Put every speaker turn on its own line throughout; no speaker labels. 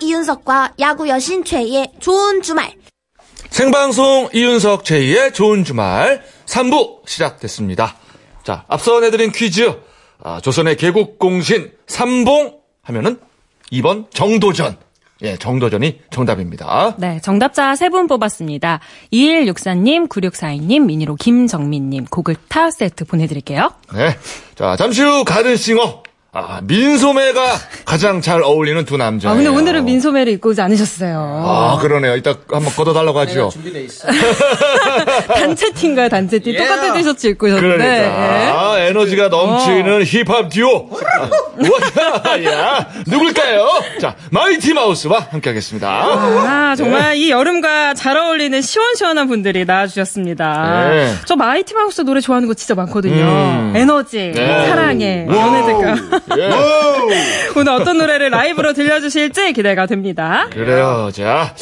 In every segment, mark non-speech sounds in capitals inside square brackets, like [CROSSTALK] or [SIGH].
이윤석과 야구 여신 최희의 좋은 주말.
생방송 이윤석 제2의 좋은 주말 3부 시작됐습니다. 자, 앞서 내드린 퀴즈. 아, 조선의 개국공신 삼봉 하면은 2번 정도전. 예, 정도전이 정답입니다.
네, 정답자 세 분 뽑았습니다. 2164님, 9642님, 미니로 김정민님, 고글 타워 세트 보내드릴게요.
네. 자, 잠시 후 가든싱어. 아, 민소매가 가장 잘 어울리는 두 남자.
아, 근데 오늘은 민소매를 입고 오지 않으셨어요.
네. 아, 그러네요. 이따 한번 걷어달라고
네,
하죠.
준비돼 있어.
단체 티인가요, 단체 티? 똑같은 티셔츠 입고 오셨는데.
그러니까 아,
어.
에너지가 넘치는 힙합 듀오 와야 누굴까요? 자 마이티 마우스와 함께하겠습니다.
아, 정말 이 여름과 잘 어울리는 시원시원한 분들이 나와주셨습니다.
네. 음.
저 마이티 마우스 노래 좋아하는 거 진짜 많거든요. 에너지,
네.
사랑해, 연애들까.
예.
오늘 어떤 노래를 라이브로 들려주실지 기대가 됩니다.
그래요. 자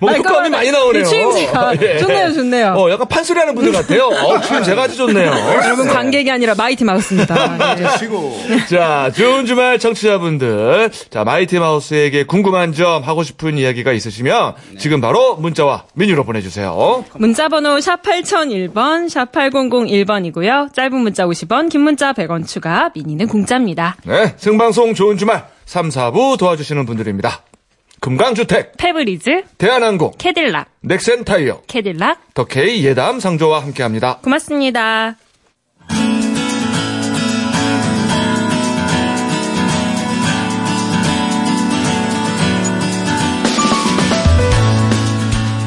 목감이
깔끔하네.
뭐 많이 나오네요.
이 추임새가
[LAUGHS] 예.
좋네요, 좋네요.
어 약간 판소리하는 분들 같아요. 어, 추임새가 아주 좋네요.
여러분 관객이 아니라 마이티 마우스입니다. 예.
자 좋은 주말 청취자분들 자 마이티 마우스에게 궁금한 점 하고 싶은 이야기가 있으시면 지금 바로 문자와 민유로 보내주세요.
문자 번호 샵 8001번, 샵 8001번이고요. 짧은 문자 50원, 긴 문자 100원 추가, 미니는 공짜입니다.
네, 생방송 좋은 주말 3, 4부 도와주시는 분들입니다. 금강주택,
페브리즈,
대한항공,
캐딜락,
넥센타이어,
캐딜락.
더케이 예담 상조와 함께합니다.
고맙습니다.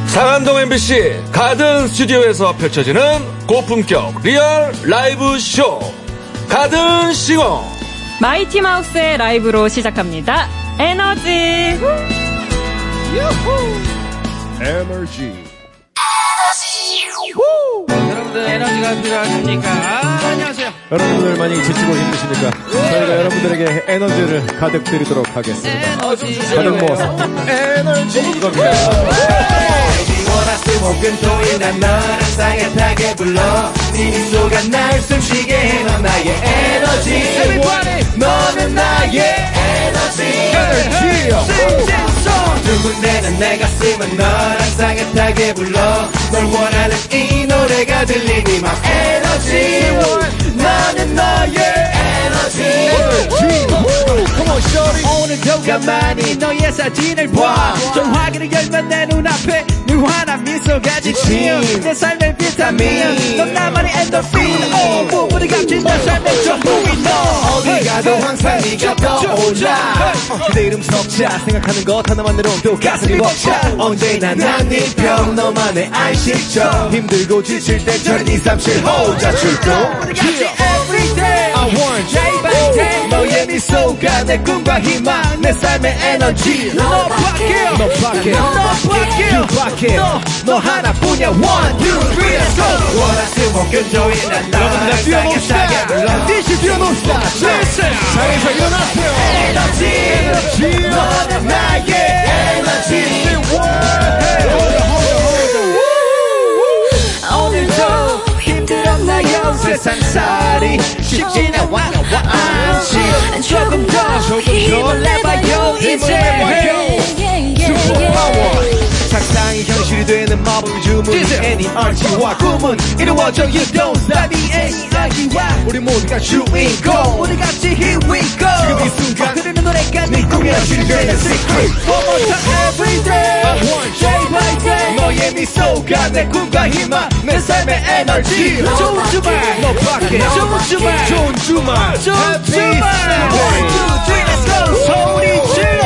상암동 MBC 가든 스튜디오에서 펼쳐지는 고품격 리얼 라이브 쇼 가든 싱어
마이티 마우스의 라이브로 시작합니다. 에너지!
여러분들 에너지가 필요하십니까? 아, 안녕하세요.
여러분들 많이 지치고 힘드시니까
예.
저희가 여러분들에게 에너지를 가득 드리도록 하겠습니다.
에너지.
가득 모아서 에너지 이겁니다.
월화 수목은 토일난 너랑 싸긋하게 불러 네 미소가 날 숨쉬게 해넌 나의 에너지 너는 나의 에너지 싱싱송 누군데는 내 가슴은 너랑 싸긋하게 불러 널 원하는 이 노래가 들리니 맘 에너지 나는 너의 에너지 오늘도 가만히 너의 사진을 봐 전화기를 열면 내 눈앞에 늘 환한 미소가 지치어 내 삶의 비타민 넌 나만의 엔돌핀 오 부부를 감춘 내 삶의 전부인 너 어디 가도 항상 네가 떠올라 그대 이름 석자 생각하는 것 하나만으로 또 가슴이 벅차 언제나 난네편 너만의 안식처 힘들고 지칠 때 전이 삼칠 호자 출동 우리 같이 everyday I want day by day 너의 미소가 내 꿈과 희망 내 삶의 에너지 너밖에 너밖에 너밖에 너너 하나뿐이야 one two three let's go 월화수목금 조일 난 너랑
뛰어봅시다.
싸게 불러
뛰시 뛰어봅시다. 자리에서 일어나세요.
에너지 에너지 너는 나의 에너지 오늘도 힘들었나요 세상살이 쉽진 않아요 안심 조금 더 힘을 내봐요 이제 상상이 현실이 되는 마법의 주문 애니 RG와 꿈은 이루어져 You don't stop me 이야기와 우리 모두가 주인공 우리 같이 Here we go 지금 이 순간 흐르는 노래가 네 꿈이 현실이 되는 secret One more time every day Day by day 너의 미소가 내 꿈과 희망 내 삶의 에너지 좋은 주말 너밖에 좋은 주말 좋은 주말 좋은 주말 One two three let's go 소리 질러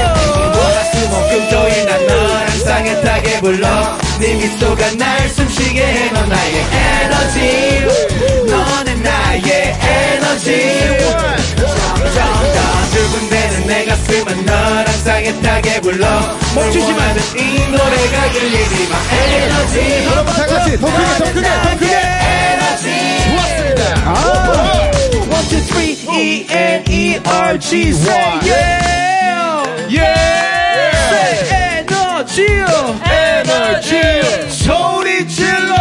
수목금토일 난 너랑 싸긋하게 불러 네 미소가 날 숨쉬게 해넌 나의 에너지 너는 나의 에너지 점점 두근대는 내 가슴은 너랑 싸긋하게 불러 멈추지 마는 이 노래가 들리니 마 에너지
여러분 다 같이 더 크게 더 크게 더 크게.
아. One, two, three, E N E R G. Say yeah,
예.
yeah. Say energy, energy. 소리 질러.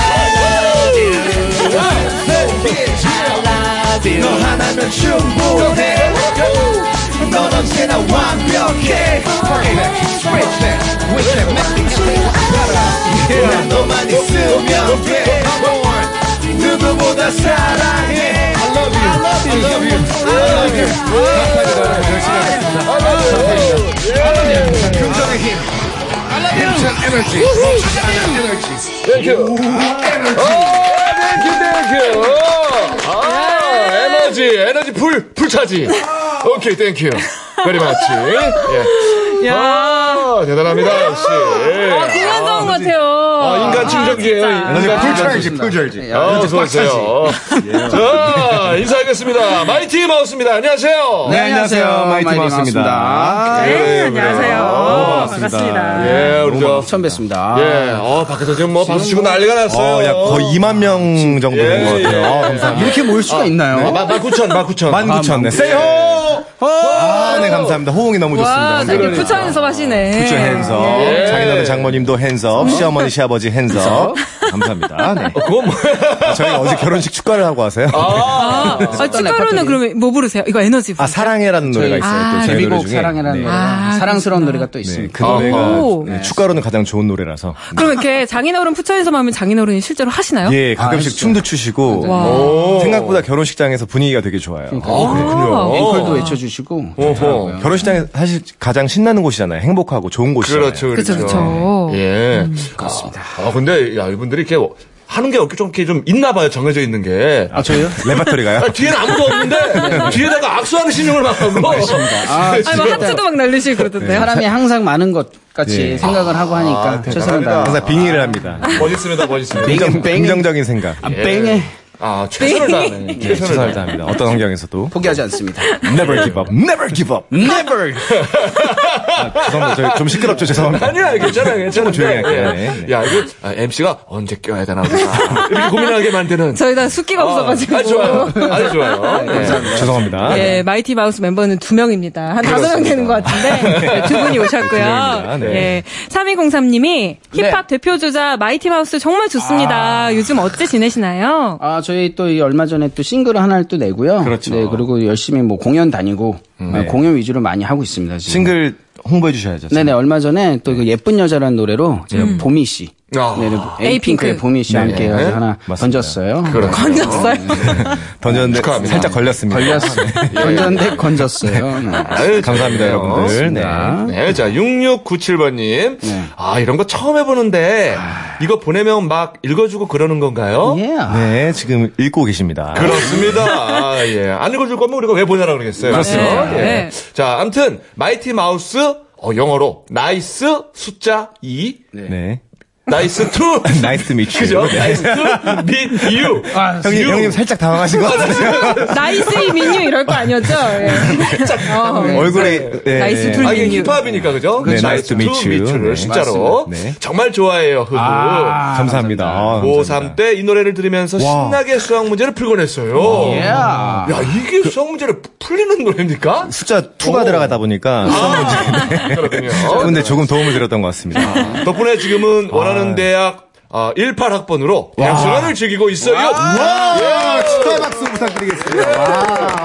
I love you. 너 하나면 충분해. 너는 언제나 완벽해 Playback, stretchback, wishback, make me feel better 난 너만 있으면 돼 Come on 누구보다 사랑해 I love you, I love you, I love you 긍정의 힘 긍정 에너지 멈추지 않는 에너지
땡큐. 땡큐, 땡큐. 아,
예.
에너지, 에너지 풀, 풀 차지.
아.
오케이, 땡큐. 베리 마치. 예. 아, 대단합니다, 역시.
공연다운 것 같아요.
아, 인간 충전기예요
에너지가
인간
그러니까 풀차지, 풀차지.
아, 어서오세요. 예. 자, 인사하겠습니다. 마이티 마우스입니다. 안녕하세요.
네, 안녕하세요. 마이티 마우스입니다.
네, 그래요,
안녕하세요. 어,
그래요.
아, 반갑습니다.
예, 우리 저.
처음 뵙습니다.
예, 어, 밖에서 지금 뭐 박수 치고 난리가 났어요.
어, 야, 거의 2만 명 정도
예,
된 것
예.
같아요. 아, 감사합니다. 이렇게 모일 수가 있나요?
아,
네.
마, 만 구천, 만 구천.
19,000. 네. 세요! 아, 네, 감사합니다. 호응이 너무
와,
좋습니다.
아, 되게 부처에서 하시네.
부처 핸섭.
예.
장인어른 장모님도 핸섭. 시어머니, 시아버지 핸섭. 감사합니다. 네.
그건 뭐야.
저희가 어제 결혼식 축가를 하고 하세요.
아, 아, 축가로는 그러면 뭐 부르세요? 이거 에너지.
아, 사랑해라는 노래가 있어요. 또 저희 노래
데뷔곡
중에.
아, 사랑해라는
네.
아,
노래랑 아, 사랑스러운 노래가 또 있습니다.
그 노래가
어허.
네, 축가로는 가장 좋은 노래라서.
그러면 이렇게 장인어른 부처에서만 하면 장인어른이 실제로 하시나요?
예, 가끔씩
알았어요.
춤도 추시고
와.
오. 생각보다 결혼식장에서 분위기가 되게 좋아요.
그렇군요.
앵콜도 외쳐주시고
오호.
어, 결혼식장이 사실 가장 신나는 곳이잖아요. 행복하고 좋은 곳이잖아요.
그렇죠, 그렇죠.
그쵸, 그쵸.
예. 그렇습니다. 아, 근데, 야, 이분들이 이렇게 하는 게 어떻게 좀, 이렇게 좀 있나 봐요, 정해져 있는 게.
아, 저요? 레바토리가요?
아, 뒤에는 아무도 없는데, 뒤에다가 악수하는 신용을 막 [LAUGHS] 하고.
아,
아니, 막 하트도 막 날리시고
네.
그러던데요.
네, 사람이 항상 많은 것 같이
예.
생각을 하고 하니까 죄송합니다.
항상 빙의를 합니다.
아, 멋있습니다, 멋있습니다.
긍정,
뱅.
긍정적인 생각.
아, 뺑에
예. 아, 최선을 다하네.
예, 최선을 다합니다. 어떤 환경에서도.
포기하지 않습니다.
Never give up. Never give up. 아,
Never.
죄송합니다. 저희 좀 시끄럽죠. 죄송합니다.
아니야, 괜찮아요, 괜찮아요.
조용히 할게요. 네, 네.
야, 이거, 아, MC가 언제 껴야 되나, [LAUGHS] 우리가. 이렇게 고민하게 만드는.
저희다 숫기가 없어가지고.
아, 좋아요. 아주 좋아요. 네.
죄송합니다.
예, 마이티 마우스 멤버는 두 명입니다. 한 다섯 명 되는 것 같은데 네, 두 분이 오셨고요.
명입니다. 네.
예, 3203님이 힙합 대표 주자 마이티 마우스 정말 좋습니다. 요즘 어찌 지내시나요?
아, 저희 또이 얼마 전에 또 싱글 하나를 또 내고요.
그렇죠. 음, 네.
네, 그리고 열심히 뭐 공연 다니고 아, 공연 위주로 많이 하고 있습니다. 지금.
싱글 홍보해 주셔야죠.
네네 얼마 전에 또 그 예쁜 여자라는 노래로 제가 보미 씨,
아.
네,
음. 에이핑크.
에이핑크의 보미
네.
씨와 함께 해가지고 하나 던졌어요.
그렇죠.
건졌어요.
던졌는데
축하합니다.
살짝 걸렸습니다. 예.
건졌는데 건졌어요. 네.
아유,
[LAUGHS] 감사합니다,
좋네요.
여러분들. 네.
네, 자, 6697번님. 아, 이런 거 처음 해보는데, 이거 보내면 막 읽어주고 그러는 건가요?
예.
네, 지금 읽고 계십니다.
[LAUGHS] 그렇습니다. 아, 예. 안 읽어줄 거면 우리가 왜 보내라고 그러겠어요. 맞습니다.
네. 네.
자, 암튼, 마이티 마우스, 어, 영어로, 나이스, 숫자 2,
네. [LAUGHS]
나이스 [LAUGHS] 투
나이스 투 미치.
그죠? 나이스 투 meet you.
네. 아, 형님, 형님 살짝 당황하신 것 같아요.
나이스이 민유 이럴 거 아니었죠? 예. 어, 예.
얼굴에. 네.
나이스 투
아, 이게
you.
힙합이니까, 그죠?
네, nice
나이스
to
투
meet you.
meet you를
네.
진짜로.
맞습니다. 네.
정말 좋아해요, 흐흐.
아, 감사합니다. 아,
고3
감사합니다.
때 이 노래를 들으면서
와.
신나게 수학 문제를 풀고 냈어요. 야,
그
이게 수학 문제를 풀리는 노래입니까?
숫자 2가 들어가다 보니까
그렇군요.
아. [LAUGHS] 근데 조금 도움을 드렸던 것 같습니다.
덕분에 지금은 원하는
네.
대학 아, 18학번으로 대학 생활을 즐기고 있어요.
아.
와. 예.
축하 박수 부탁드리겠습니다.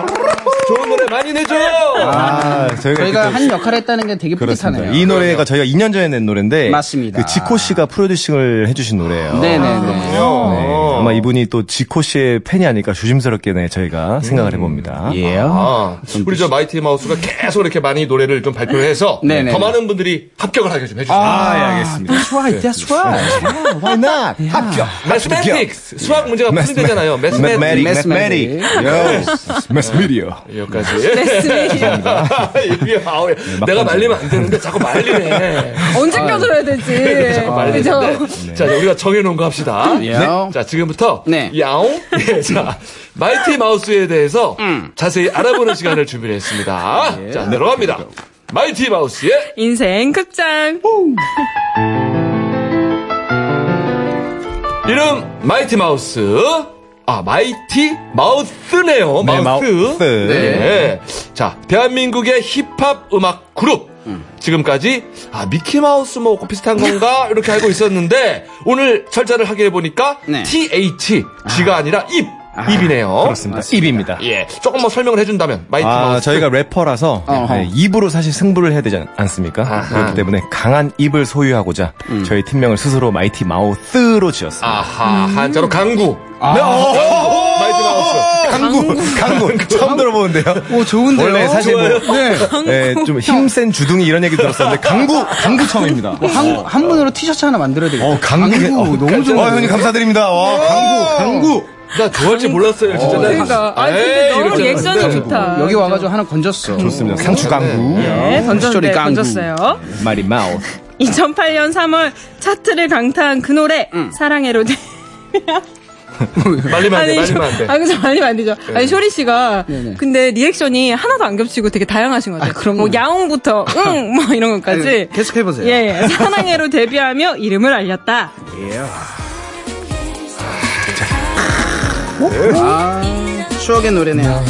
좋은 노래 많이 내줘.
아, 저희가,
저희가
이렇게 또-
한 역할을 했다는 게 되게
그렇습니다.
뿌듯하네요.
이 노래가 저희가 2년 전에 낸 노래인데
맞습니다.
그 지코 씨가 프로듀싱을 해주신 노래예요.
네네네.
네,
어.
아마 이분이 또 지코 씨의 팬이 아닐까 조심스럽게 네, 저희가 생각을 해봅니다.
예.
아, 우리 저 마이티 마우스가 계속 이렇게 많이 노래를 좀 발표를 해서
네네.
더 많은 분들이 합격을 하게 좀 해주세요.
아, 예, 알겠습니다.
That's right,
네.
that's right.
Why not? 합격.
Mathematics 수학 문제가 풀린다잖아요. Mathematics
Mathematics.
Mathematics.
Mathematics. Yo. Mathematics.
여기까지. [LAUGHS] 이게 아우, 내가 말리면 안 되는데 자꾸 말리네.
언제 껴줘야 되지? 아, 그죠?
말리는데. 자, 이제 우리가 정해놓은 거 합시다. 네.
야옹.
자, 지금부터
네.
야옹. 예, 자, 마이티 마우스에 대해서 자세히 알아보는 시간을 준비를 했습니다. 자, 들어갑니다. 마이티 마우스의
인생 극장.
이름 마이티 마우스. 아, 마이티 마우스네요.
네,
마우스.
마우스.
네. 자, 대한민국의 힙합 음악 그룹. 지금까지 아 미키 마우스 뭐 비슷한
[LAUGHS]
건가 이렇게 알고 있었는데 오늘 철자를 하게 보니까
네.
T H G가 아니라 입 입이네요.
아. 그렇습니다. 입입니다.
예, 조금 뭐 설명을 해준다면 마이티
어? 아,
마우스.
저희가 래퍼라서
어허.
네, 입으로 사실 승부를 해야 되지 않- 않습니까?
아하.
그렇기 때문에 강한 입을 소유하고자 저희 팀명을 스스로 마이티 마우스로 지었습니다.
아하
음.
한자로 강구. 네, 어, 강구. 마이티 마우스.
아. 어. 강구, 강구 처음 들어보는데요.
오 좋은데요.
원래 사실 뭐, 네, 좀 힘센 주둥이 이런 얘기 들었었는데 강구, 어, 강구 처음입니다.
한, 한문으로 티셔츠 하나 만들어야 되겠다.
어, 강구, 어, 네.
너무 좋은데.
어, 형님 감사드립니다. 와, 강구, 강구.
나 좋아할지 몰랐어요, 진짜.
그러니까. 아, 근데
에이,
너무
이러지
리액션이
않았어요.
좋다.
네. 여기 와가지고 하나 건졌어.
좋습니다. 상추 강구.
네, 던졌는데
목소리 깡구.
던졌어요.
마리 마우.
2008년 3월 차트를 강타한 그 노래
음.
사랑해로 돼.
말리면 안 돼,
좀-
말리면 안 돼.
아니 그죠 많이 안 되죠.
네.
아니 쇼리 씨가 근데 리액션이 하나도 안 겹치고 되게 다양하신 것 같아요.
아, 그럼요.
뭐 야옹부터 응 뭐 이런 것까지.
아니, 계속해보세요.
예, 예. 사랑해로 데뷔하며 이름을 알렸다.
추억의 노래네요.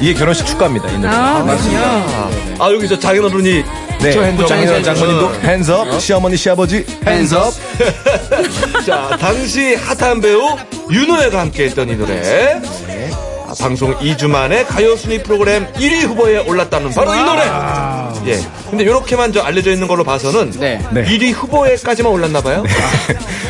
이게 결혼식 축가입니다. 이 노래.
아 맞군요.
아, 여기 저 작은 어른이
네,
저 핸드업,
장인
핸드업.
장모님도 핸즈업, 시어머니 시아버지 핸즈업.
[LAUGHS] 자, 당시 핫한 배우 윤호애가 함께했던 이 노래. 아, 방송 2주 만에 가요 순위 프로그램 1위 후보에 올랐다는 바로 이 노래. 예. 근데 이렇게만 저 알려져 있는 걸로 봐서는
네.
네.
1위 후보에까지만 올랐나 봐요.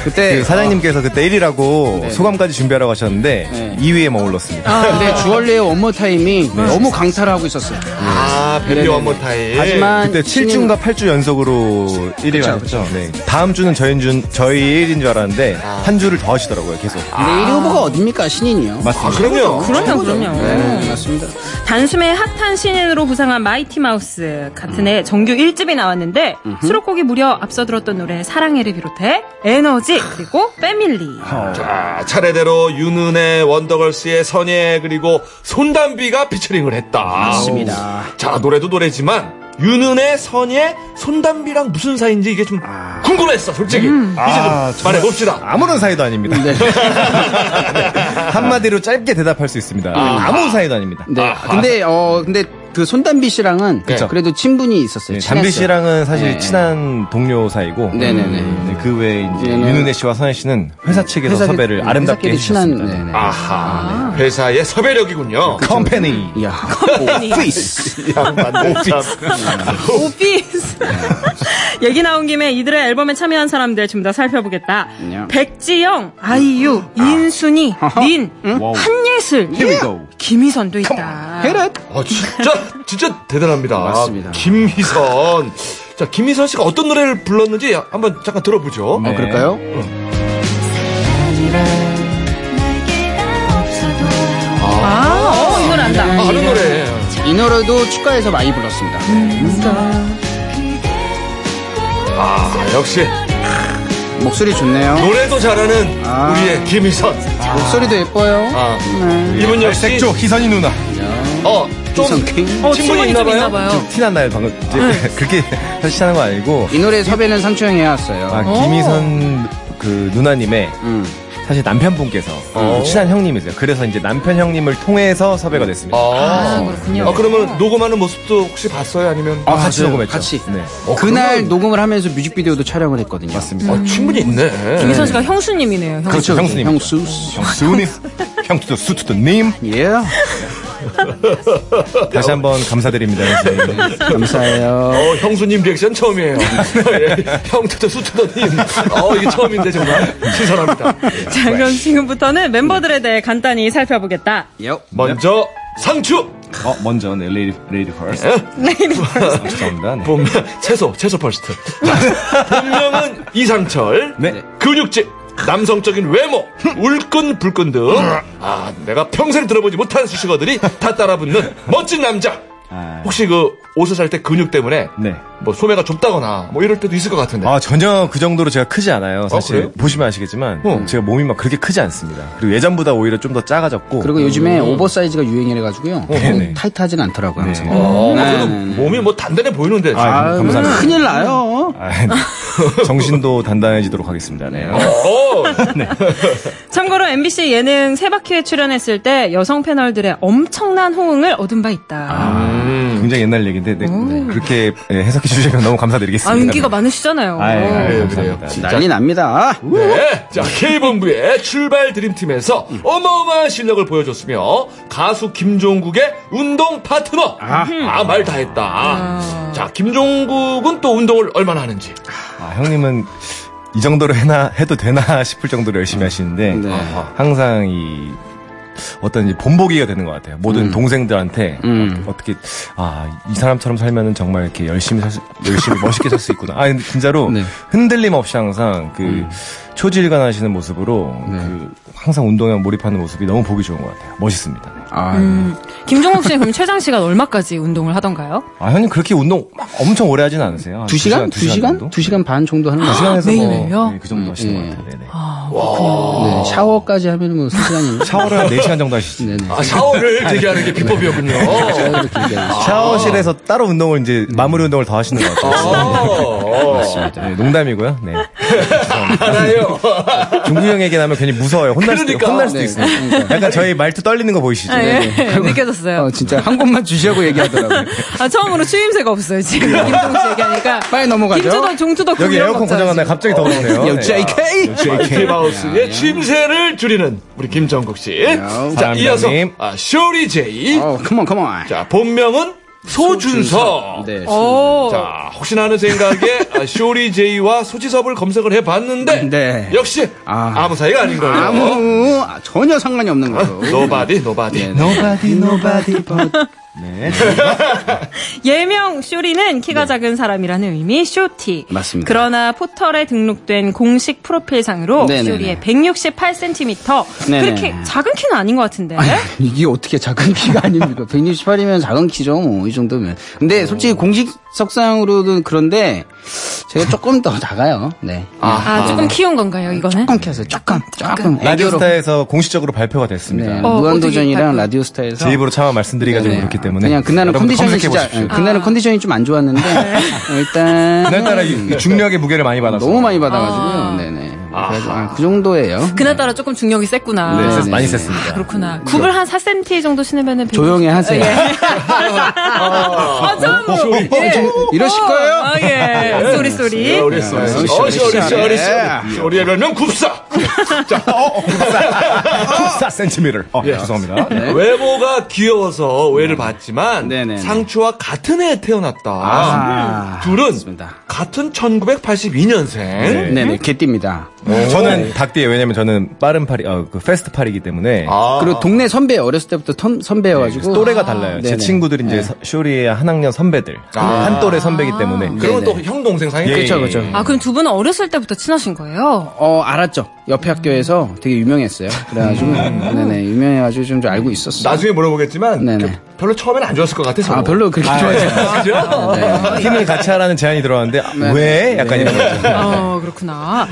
그때
그 사장님께서 그때 1위라고 소감까지 준비하라고 하셨는데
네.
2위에 뭐 머물렀습니다.
어, 근데 주얼리의 원머 타임이
네.
너무 강타를 하고 있었어요.
아, 벨리 원모 타임.
하지만
예, 그때
신인-
7주인가 8주 연속으로 1위를 하셨죠. 네. 다음 주는 저희 준 저희 1위인 줄 알았는데
아.
한 주를 더 하시더라고요. 계속.
근데 1위 후보가 어딥니까 신인이요.
아, 그럼요.
그럼요, 그럼요.
네, 맞습니다.
단숨에 핫한 신인으로 부상한 마이티 마우스 같은 해 정규 1집이 나왔는데 수록곡이 무려 앞서 들었던 노래 사랑해를 비롯해 에너지 그리고 패밀리.
자, 차례대로 윤은혜, 원더걸스의 선예 그리고 손담비가 피처링을 했다.
맞습니다.
자, 노래도 노래지만 윤은혜, 선예, 손담비랑 무슨 사이인지 이게 좀
아.
궁금했어, 솔직히.
음.
이제 좀
아, 정말.
말해 봅시다.
아무런 사이도 아닙니다. [LAUGHS]
네.
네. 한마디로 짧게 대답할 수 있습니다. 아. 무 사이도 아닙니다.
네. 근데 어 근데 그 손담비 씨랑은
그쵸.
그래도 친분이 있었어요.
그렇죠. 네, 담비
친했어요.
씨랑은 사실
네.
친한 동료 사이고
네네네.
음, 네, 그 외에 이제
얘는-
윤은혜 씨와 선혜 씨는 회사 측에서
회사끼리-
섭외를 아름답게
회사끼리 친한
해주셨습니다.
네네. 네.
아하. 회사의 섭외력이군요.
그
컴퍼니
야. 어, 오피스.
네.
오피스. [LAUGHS] 얘기 나온 김에 이들의 앨범에 참여한 사람들 지금 다 살펴보겠다.
안녕.
백지영, 아이유, 인순이, 민, 한예슬, 김희선도 있다.
헤럿. 어,
아, 진짜 진짜 대단합니다.
맞습니다.
김희선. 자, 김희선 씨가 어떤 노래를 불렀는지 한번 잠깐 들어보죠.
네.
어 그럴까요?
아, 어, 이건 안다.
아, 아는 노래.
이 노래도 축가에서 많이 불렀습니다.
아, 역시
목소리 좋네요.
노래도 잘하는
아.
우리의 김희선.
목소리도 예뻐요. 네.
아, 이분 역시
색조 희선이 누나
어, 좀
이선 킹.
어,
친분이
친분이 좀
있나
있나
봐요?
봐요.
티났나요 방금 이제 [LAUGHS] 그렇게 사실 친한 거 아니고
이 노래 섭외는 상추 형이 해왔어요.
아, 김희선 그 누나님의
음.
사실 남편분께서
어.
친한 형님이세요. 그래서 이제 남편 형님을 통해서 섭외가 됐습니다.
아,
그렇군요.
아, 그러면 녹음하는 모습도 혹시 봤어요? 아니면
아,
같이
맞아요.
녹음했죠.
같이.
네.
어,
그날 녹음을 하면서 뮤직비디오도 촬영을 했거든요.
맞습니다.
아, 친분이 있네.
김희선 씨가 형수님이네요. 형수.
그렇죠.
형수님.
형수.
어. 형수님, 형수도 수트도 님.
예.
다시 한번 감사드립니다. 형수님.
감사해요.
어, 형수님 리액션 [LAUGHS] 처음이에요. 예, 형투도 수투더님. 어, 이게 처음인데 정말 신선합니다.
자, 그럼 지금부터는 멤버들에 대해 간단히 살펴보겠다.
요.
먼저 상추.
어, 먼저 네, 레이디 레이디 퍼스트. 감사합니다. 네.
본명 [LAUGHS] 채소 채소 퍼스트. 자, 본명은 이상철.
네.
근육질. 남성적인 외모, 울끈 불끈 등, 아 내가 평생 들어보지 못한 수식어들이 다 따라붙는 멋진 남자.
아.
혹시 그 옷을 살 때 근육 때문에
네.
뭐 소매가 좁다거나 뭐 이럴 때도 있을 것 같은데.
아 전혀 그 정도로 제가 크지 않아요. 사실
그래요?
보시면 아시겠지만 음,
어.
제가 몸이 막 그렇게 크지 않습니다. 그리고 예전보다 오히려 좀 더 작아졌고
그리고 요즘에 오버사이즈가 유행이라가지고요. 음,
네네.
타이트하진 않더라고요, 항상.
어, 그래도 몸이 뭐 단단해 보이는데.
네. 아,
아유,
감사합니다.
큰일 나요.
아, 정신도 단단해지도록 하겠습니다. 네.
어,
참고로 MBC 예능 세바퀴에 출연했을 때 여성 패널들의 엄청난 호응을 얻은 바 있다. 아,
굉장히 옛날 얘기인데 네, 네. 그렇게 예, 해석해 해주셔서 너무
아,
감사드리겠습니다. 예,
인기가 많으시잖아요.
아이, 아이.
네, 그래요.
난리 납니다. 아,
네. 자, K본부의 출발 드림팀에서 어마어마한 실력을 보여줬으며 가수 김종국의 운동 파트너. 아, 말 다 했다. 자, 김종국은 또 운동을 얼마나 하는지.
아, 형님은 이 정도로 해나 해도 되나 싶을 정도로 열심히 하시는데 아,
네.
항상 이 어떤 이제 본보기가 되는 것 같아요. 모든 동생들한테
음.
어떻게 아 이 사람처럼 살면은 정말 이렇게 열심히 살 수, 열심히 [LAUGHS] 멋있게 살 수 있구나. 아 근데 진짜로
네. 음.
흔들림 없이 항상 그 초질간하시는 모습으로
네.
그 항상 운동에 몰입하는 모습이 너무 보기 좋은 것 같아요. 멋있습니다.
아,
음, 김종국 씨는 그럼 최장 씨가 얼마까지 운동을 하던가요?
아 형님 그렇게 운동 막 엄청 오래 하진 않으세요?
두 시간? 두 시간?
정도?
두 시간 반 정도 하는
두
거 같아요.
시간에서
매일매일요?
뭐, 네, 그 정도 하시는
음,
것 같아요. 네네.
네, 샤워까지 하면 뭐 [LAUGHS] 3시간인데.
샤워를 한 4시간 정도 하시지.
네네.
아,
[LAUGHS]
샤워를 되게 하는
네.
게 비법이었군요.
샤워를 길게 하는 시간.
샤워실에서 따로 운동을 이제
음.
마무리 운동을 더 하시는 것 같아요.
어,
네, 농담이고요. 네.
알아요.
중국 형 얘기 나면 괜히 무서워요. 혼날 수도,
그러니까.
혼날 수도
네,
있어요.
그러니까.
약간 저희 말투 떨리는 거 보이시죠?
네, 느껴졌어요.
어, 진짜 한 곳만 주시라고 얘기하더라고요.
아, 처음으로 추임새가 없어요, 지금. 김종국 씨 얘기하니까.
[LAUGHS] 빨리 넘어가죠. 어,
김주덕, 종주덕,
여기
구이런
에어컨
거 없잖아요,
고장났나요? 갑자기 더우네요. 네.
야, JK!
제마우스의 침새를 줄이는 우리 김정국 씨. 자,
아. 사랑합니다,
이어서
형님. 아.
아, 쇼리 제이.
어, 컴온, 컴온.
자, 본명은 소준서.
네.
오.
자, 혹시나 하는 생각에
[LAUGHS]
아, 쇼리 제이와 소지섭을 검색을 해봤는데
네.
역시
아.
아. 무 사이가 아닌 거예요. 어?
아무, 아, 전혀 상관이 없는 거죠.
노바디 노바디.
네,
Nobody, nobody [LAUGHS] but. 네.
예명 쇼리는 키가 작은 사람이라는 의미 쇼티.
맞습니다.
그러나 포털에 등록된 공식 프로필상으로
네네네.
쇼리의 168cm.
네네.
그렇게 작은 키는 아닌 것 같은데.
이게 어떻게 작은 키가 아닙니까? 168이면 작은 키죠, 뭐, 이 정도면. 근데 솔직히 공식석상으로는 그런데 제가 조금 더 작아요. 네.
아, 조금 키운 건가요, 이거는?
조금 키웠어요. 조금, 조금. 애교로.
라디오스타에서 공식적으로 발표가 됐습니다.
네,
어, 어떻게
무한도전이랑
발표?
라디오스타에서. 네.
제 입으로 차마 말씀드리기가 좀 그렇기 때문에.
그냥 그날은
여러분들
컨디션이 진짜,
검색해보십시오. 네.
예, 그날은 컨디션이 좀 안 좋았는데, 일단.
그날따라 이- 이 중력의 무게를 많이 받아서.
음. 너무 많이 받아가지고요. 네네. 그래서, 아, 그 정도예요.
그날따라 조금 중력이 셌구나.
네,
셌-
네,
많이
네. [LAUGHS]
셌습니다.
그렇구나. 굽을 한 4cm 정도 신으면은
조용히 하세요.
아, 참으로. 예.
[LAUGHS] 이러실 거예요?
아, 예. 쏘리, 쏘리.
쇼리
아,
쇼리 쇼리 쇼리 쇼리
네.
쇼리 쇼리의 별명 굽사.
어,
사 센티미를. 어,
예.
죄송합니다.
네.
외모가 귀여워서 오해를 받지만
네네네.
상추와 같은 해에 태어났다.
아,
둘은
맞습니다.
같은 1982년생.
네네, 개띠입니다.
저는 닭띠예요. 왜냐면 저는 빠른 팔이, 어, 그 패스트 팔이기 때문에.
아,
그리고 동네 선배예요. 어렸을 때부터 선- 선배여가지고. 아,
또래가 달라요. 제
네네. 아.
친구들이 이제 서- 쇼리의 한 학년 선배들. 한 또래 선배기 때문에.
그러면
네네.
또 형 동생 사이.
예,
예.
그렇죠, 그쵸,
예,
그쵸.
예.
아, 그럼 두 분은 어렸을 때부터 친하신 거예요?
어, 알았죠. 옆에 학교에서 되게 유명했어요. 그래가지고,
음.
네네, 유명해가지고 좀, 좀 알고 있었어요.
나중에 물어보겠지만 그
네네.
별로 처음엔 안 좋았을 것 같아서.
아, 별로 그렇게
예.
좋아해요. 네.
그죠?
팀을 같이 하라는 제안이 들어왔는데 아, 왜? 약간 이런
네.
거죠.
어, 그렇구나.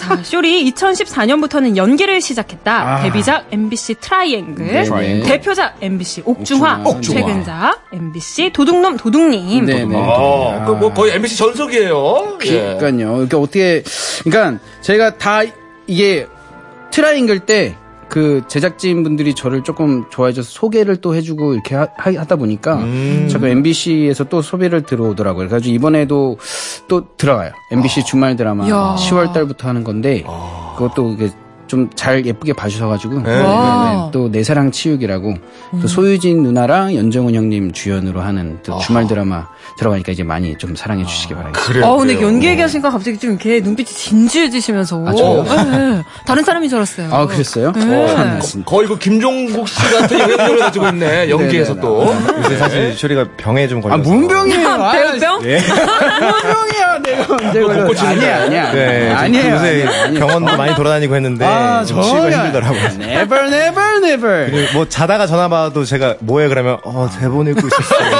자, 쇼리 2014년부터는 연기를 시작했다. 데뷔작 MBC 트라이앵글,
아. 네.
대표작 MBC 옥중화,
옥중화.
최근작 MBC 도둑놈 도둑님.
네네.
아,
어, 그 뭐 거의 MBC 전속이에요. 예.
그러니까요. 그러니까 어떻게, 그러니까 제가 다 이게 트라잉글 때 그 제작진 분들이 저를 조금 좋아해줘서 소개를 또 해주고 이렇게 하, 다 보니까 자꾸 MBC에서 또 소개를 들어오더라고요. 그래서 이번에도 또 들어가요. MBC 주말 드라마
이야.
10월 달부터 하는 건데 그것도 이게 좀 잘 예쁘게 봐주셔가지고 네,
와. 음.
또 내 사랑 치우기라고 또 소유진 누나랑 연정훈 형님 주연으로 하는 또 주말 드라마 들어가니까 이제 많이 좀 사랑해 주시기 바랍니다.
어, 근데 연기 얘기하시니까 갑자기 좀 이렇게 눈빛이 진지해지시면서.
아, 저요?
예, 예. 다른 사람인 줄 알았어요.
아 그랬어요?
네.
거의 그 김종국 씨 같은 영향력을 가지고 있네 연기에서 또.
요새 사실 쇼리가 병에 좀 걸려서.
아 문병이에요. 아,
배우병?
문병이야
아,
내가 언제
또
걸려?
벚꽃이네.
아니야 아니야.
네, 좀
아니에요.
요새
아니에요, 아니에요.
병원도 많이 돌아다니고 했는데
아
치유가 힘들더라고요.
Never never never.
그리고 뭐 자다가 전화 받아도 제가 뭐해 그러면 어 대본 읽고 [LAUGHS] 있었어요.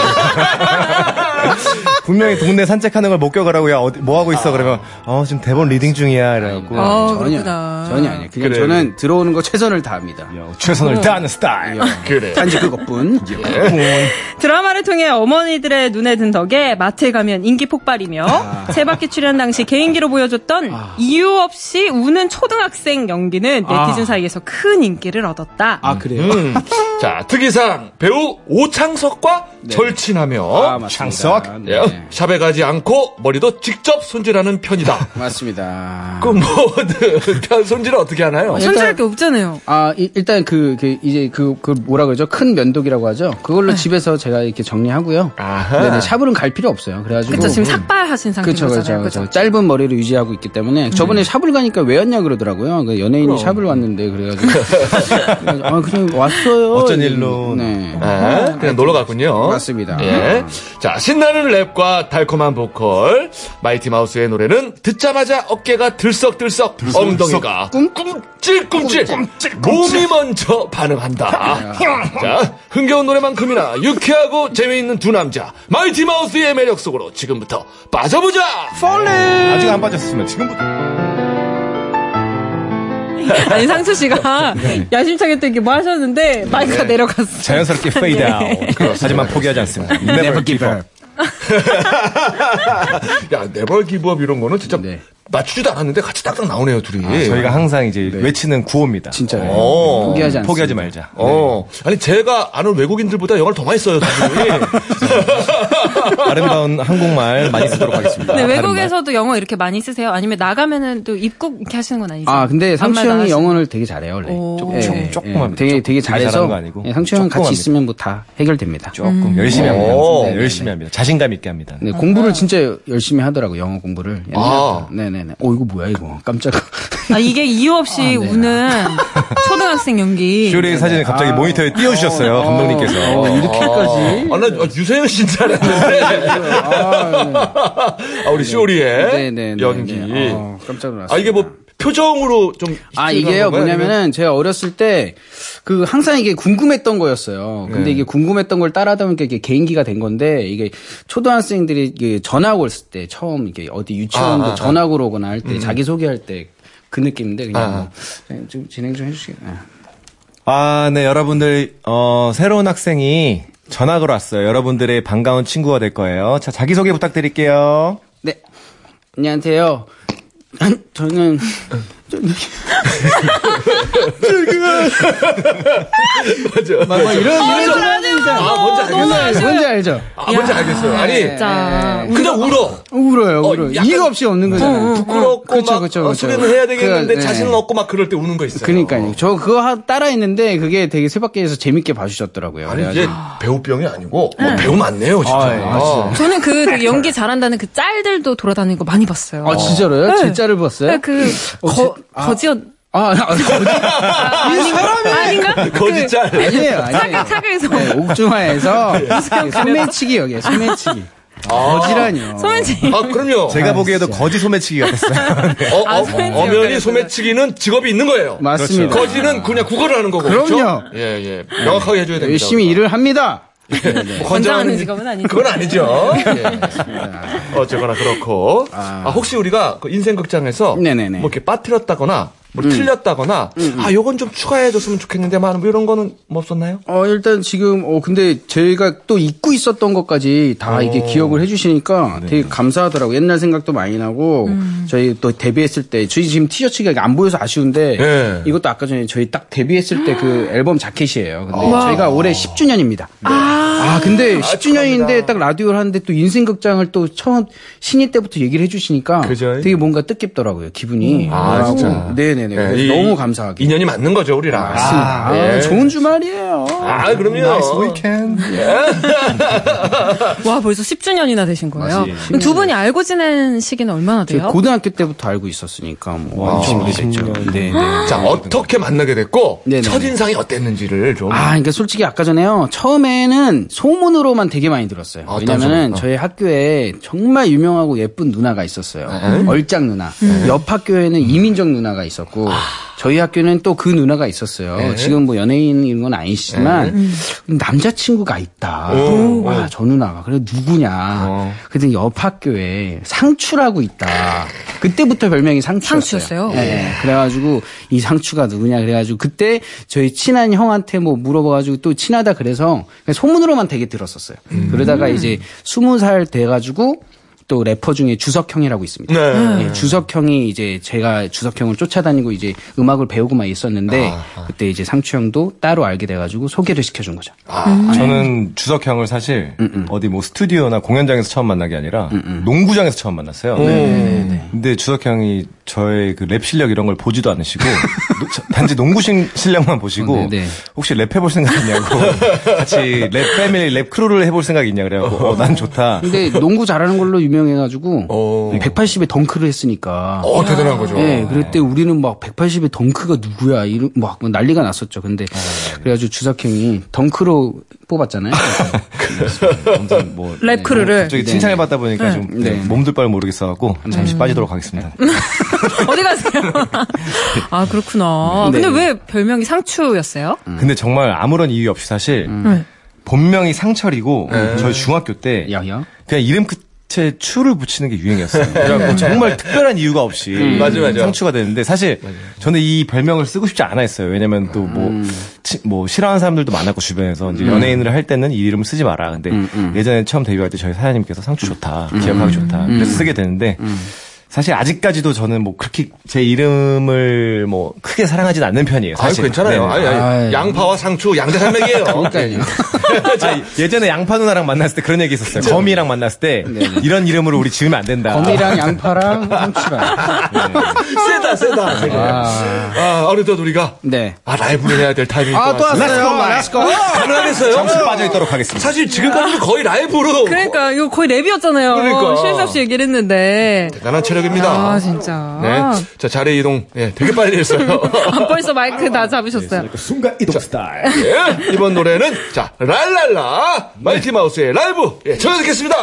분명히 동네 산책하는 걸 목격하라고 야 어디 뭐 하고 있어 그러면 어 지금 대본 리딩 중이야 이러고
아,
전혀
그렇구나.
전혀 아니에요. 그냥 저는 들어오는 거 최선을 다합니다.
최선을 다하는 스타일.
그래.
[LAUGHS]
단지 그것뿐.
드라마를 통해 어머니들의 눈에 든 덕에 마트에 가면 인기 폭발이며 세 바퀴 출연 당시 개인기로 보여줬던 이유 없이 우는 초등학생 연기는 네티즌 사이에서 큰 인기를 얻었다.
아 그래요?
음,
자 특이사항 배우 오창석과 절친하며
어,
아 맞습니다.
창석.
예,
네.
샵에 가지 않고 머리도 직접 손질하는 편이다.
맞습니다.
그럼 뭐 편 손질을 어떻게 하나요?
손질할 게 없잖아요.
아 이- 일단 그, 그 이제 그, 그 뭐라 그러죠? 큰 면도기라고 하죠. 그걸로 집에서 제가 이렇게 정리하고요.
아하.
네네, 샤브는 갈 필요 없어요. 그래가지고
그쵸, 지금 삭발 하신 상태인
뭐. 그쵸, 그쵸,
거잖아요.
그쵸,
그쵸.
짧은 머리를 유지하고 있기 때문에 저번에 샵을 가니까 왜 왔냐 그러더라고요. 그 연예인이 샵을 왔는데 그래가지고 아 그냥 왔어요.
어쩐 일로.
네.
아, 그냥 놀러 갔군요.
맞습니다.
예. 자, 신나는 랩과 달콤한 보컬. 마이티 마우스의 노래는 듣자마자 어깨가 들썩들썩, 엉덩이가 꿈꿈찔꿈찔, 몸이 먼저 반응한다. 자, 흥겨운 노래만큼이나 유쾌하고 재미있는 두 남자. 마이티 마우스의 매력 속으로 지금부터 빠져보자!
예. 아직 안 빠졌으면 지금부터
아니, 상수 씨가 야심차게 또 이렇게 뭐 하셨는데 마이크가 내려갔어.
자연스럽게 fade out. 하지만 포기하지 않습니다. 예. [LAUGHS] Never give up.
야, 네벌 기부업 이런 거는 진짜
네. 아,
맞추지도 않았는데 같이 딱딱 나오네요, 둘이.
아, 저희가 항상 이제 외치는 구호입니다.
진짜요.
어.
포기하지 않습니다.
예. 네. 포기하지 네. 말자.
어. 아니, 제가 아는 외국인들보다 영어를 더 많이 써요,
[LAUGHS]
사실.
아름다운 한국말 많이 쓰도록 하겠습니다.
[LAUGHS] 근데
다른 말.
네, 외국에서도 영어 이렇게 많이 쓰세요? 아니면 나가면은 또 입국 이렇게 하시는 건 아니세요?
아 근데 상추
아무나
형이
나가시는-
영어를 되게 잘해요 원래.
오. 조금,
예,
조금,
예,
조금
예.
합니다.
되게
조금,
되게
잘하는 거
잘해서
아니고.
예, 상추 형
조금
같이
합니다.
있으면 뭐 다 해결됩니다.
조금 열심히 합니다.
오.
네, 열심히 합니다. 자신감 있게 합니다.
네, 공부를 진짜 열심히 하더라고 영어 공부를.
아.
옛날부터. 네네네. 어 이거 뭐야 이거 깜짝.
아, 이게 이유 없이 우는 초등학생 연기.
쇼리의 사진을 갑자기 모니터에 띄워주셨어요 감독님께서.
네. 아. 어, 이렇게까지.
아, 나 아, 유세윤 씨인 줄 알았는데.
[LAUGHS]
아, 우리
네,
쇼리의
네, 네,
연기.
네. 어, 깜짝 놀랐어요.
아, 이게 뭐 표정으로 좀.
아,
시도를
이게요,
한 건가요? 아니면-
뭐냐면은, 제가 어렸을 때, 그, 항상 이게 궁금했던 거였어요. 근데
네.
이게 궁금했던 걸 따라하다 보니까 이게 개인기가 된 건데, 이게 초등학생들이 이게 전학 올 때, 처음 이게 어디 유치원도
아, 아, 아.
전학 을 오거나 할 때, 자기소개할 때, 그 느낌인데, 그냥
아, 아.
뭐, 그냥 좀 진행 좀 네. 해주시겠어요?
아, 네, 여러분들, 어, 새로운 학생이 전학을 왔어요. 여러분들의 반가운 친구가 될 거예요. 자, 자기소개 부탁드릴게요.
네. 안녕하세요.
[LAUGHS]
저는,
맞아.
막뭐 이런, 이런
아, 뭔지 알겠어요.
너무 아쉬워요.
뭔지 알죠?
아, 뭔지 알겠어요. 아니,
진짜.
그냥 울어.
울어요,
어,
울어요.
약간
이유가 없이 없는 거잖아요.
부끄럽고
그쵸,
막
그쵸,
어,
그쵸.
소리는 해야 되겠는데
그, 네.
자신은 없고 막 그럴 때 우는 거 있어요.
그러니까요. 저 그거 하- 따라 했는데 그게 되게 세밖에서 재밌게 봐주셨더라고요.
아니,
그래가지고
이게 배우병이 아니고 어, 배우 많네요, 진짜.
예,
아,
저는 그 되게 연기 잘한다는 그 짤들도 돌아다니는 거 많이 봤어요.
아 진짜로요?
네.
제 짤을 봤어요?
네, 그, 거, 거지였,
아, 아, 거짓- 이 사람이
아닌가?
[LAUGHS]
그
거짓 짤.
아니에요, 아니에요.
사각, 사각에서.
네,
[LAUGHS]
옥중화에서
네.
소매치기 여기 소매치기. 거지라니요.
소매치.
아, 그럼요.
제가 보기에도 거지 소매치기 같았어요. 네.
어, 어,
아, 소매치기
엄연히
역할이었구나.
소매치기는 직업이 있는 거예요.
맞습니다.
그렇죠. 거지는 그냥 국어를 하는 거고. 그렇죠?
그럼요.
예, 예. 명확하게 해줘야 됩니다.
열심히 일을 합니다. 네.
뭐
권장하는
일-
직업은 아니죠. 네.
그건 아니죠. 예. 어쨌거나 그렇고. 아, 혹시 우리가 그 인생극장에서
네네네. 음.
뭐 이렇게 빠뜨렸다거나 뭐 틀렸다거나 아 요건 좀 추가해줬으면 좋겠는데 만 이런 거는 뭐 없었나요?
어 일단 지금 어 근데 저희가 또 잊고 있었던 것까지 다
어.
이게 기억을 해주시니까
네.
되게 감사하더라고 요 옛날 생각도 많이 나고 저희 또 데뷔했을 때 저희 지금 티셔츠가 안 보여서 아쉬운데
예.
이것도 아까 전에 저희 딱 데뷔했을 때 그 앨범 자켓이에요. 근데 저희가 올해 10주년입니다. 아, 근데 10주년인데 딱 라디오를 하는데 또 인생극장을 또 처음 신인 때부터 얘기를 해주시니까
그죠?
되게 뭔가 뜻깊더라고요 기분이.
아, 진짜.
어, 네네네. 그래서
예, 이-
너무 감사하게.
인연이 맞는 거죠 우리랑.
맞습니다. 아,
예.
좋은 주말이에요. 뭐
아 그럼요.
아, 와, 벌써 10주년이나 되신 거예요.
맞아요.
그럼 두 분이 알고 지낸 시기는 얼마나 돼요?
고등학교 때부터 알고 있었으니까 뭐 엄청 오래됐죠. 네, 네.
자 어떻게 만나게 됐고
네네.
첫 인상이 어땠는지를 좀.
아, 그러니까 솔직히 아까 전에요. 처음에는 소문으로만 되게 많이 들었어요.
어떤 소문?
왜냐면은
어.
저희 학교에 정말 유명하고 예쁜 누나가 있었어요.
네. 음.
얼짱 누나. 옆 학교에는 이민정 누나가 있었고
아.
저희 학교는 또 그 누나가 있었어요.
네.
지금 뭐 연예인인 건 아니시지만 남자친구가 있다.
음. 오.
아, 저 누나가 그래 누구냐.
어.
그랬더니 옆 학교에 상추라고 있다. 그때부터 별명이 상추였어요.
상추였어요?
예, 예. 그래가지고 이 상추가 누구냐 그래가지고 그때 저희 친한 형한테 뭐 물어봐가지고 또 친하다
음.
그래서 그냥 소문으로만 되게 들었었어요. 그러다가 이제 스무 살 돼가지고 또 래퍼 중에 주석형이라고 있습니다.
네.
예, 주석형이 이제 제가 주석형을 쫓아다니고 이제 음악을 배우고만 있었는데
아,
그때 이제 상추형도 따로 알게 돼가지고 소개를 시켜준 거죠.
아.
음.
저는 주석 형을 사실 어디 뭐 스튜디오나 공연장에서 처음 만난 게 아니라 농구장에서 처음 만났어요.
네.
네. 근데 주석 형이 저의 그 랩 실력 이런 걸 보지도 않으시고 [LAUGHS] 노- 저- 단지 농구 신- 실력만 보시고
어, 네, 네.
혹시 랩 해볼 생각
[LAUGHS]
있냐고 같이 랩 패밀리 랩 크루를 해볼 생각 있냐 그래갖고 어, 난 좋다.
근데 농구 잘하는 걸로 유명해가지고
어.
180에 덩크를 했으니까.
어, 대단한 거죠.
예, 그때 우리는 막 180의 덩크가 누구야 이런 막 난리가 났었죠. 근데 그래가지고 주석형이 덩크로 뽑았잖아요.
아무튼 뭐
랩 크루를
갑자기 칭찬을 받다 보니까 좀
네. 음.
몸둘 바를 모르겠어갖고 잠시 빠지도록 하겠습니다.
어디 가세요?
[LAUGHS]
아 그렇구나.
네.
근데 왜 별명이 상추였어요?
근데 정말 아무런 이유 없이 사실
음.
본명이 상철이고 저희 중학교 때
네. 야야.
그냥 이름 끝에 추를 붙이는 게 유행이었어요. 그래갖고 정말 특별한 이유가 없이
음. 맞아, 맞아.
상추가 되는데 사실 저는 이 별명을 쓰고 싶지 않아했어요. 왜냐면 또 뭐 뭐
음.
싫어하는 사람들도 많았고 주변에서 이제 연예인을 할 때는 이 이름 쓰지 마라. 근데 예전에 처음 데뷔할 때 저희 사장님께서 상추 좋다,
음.
기억하기 좋다. 그래서 쓰게 되는데. 사실 아직까지도 저는 뭐 그렇게 제 이름을 뭐 크게 사랑하진 않는 편이에요.
아유,
사실.
괜찮아요.
네네.
아니, 아니,
아이. 예.
양파와 상추, 양대산맥이에요.
그러니까요.
[LAUGHS]
아니, 예전에 양파 누나랑 만났을 때 그런 얘기 있었어요. 거미랑 만났을 때
네,
이런 이름으로 우리 지으면 안 된다.
거미랑 양파랑 상추랑.
세다, 세다. 세다. 아, 어느덧 우리가
네. 아,
아, 라이브를 해야 될 타이밍인 것 같습니다.
렛츠고.
가능하겠어요?
잠시 빠져 있도록 하겠습니다.
사실 지금까지는 거의 라이브로
그러니까 이거 거의 랩이었잖아요.
그러니까.
실수 없이 얘기를 했는데.
대단한 체력입니다.
아 진짜.
네. 자, 자리 이동. 예, 되게 빨리 했어요.
아, 벌써 마이크 다
네,
잡으셨어요.
순간 이동 스타일.
예, 이번 노래는 자, 랄랄라 마이티마우스의 라이브. 예, 전해 듣겠습니다.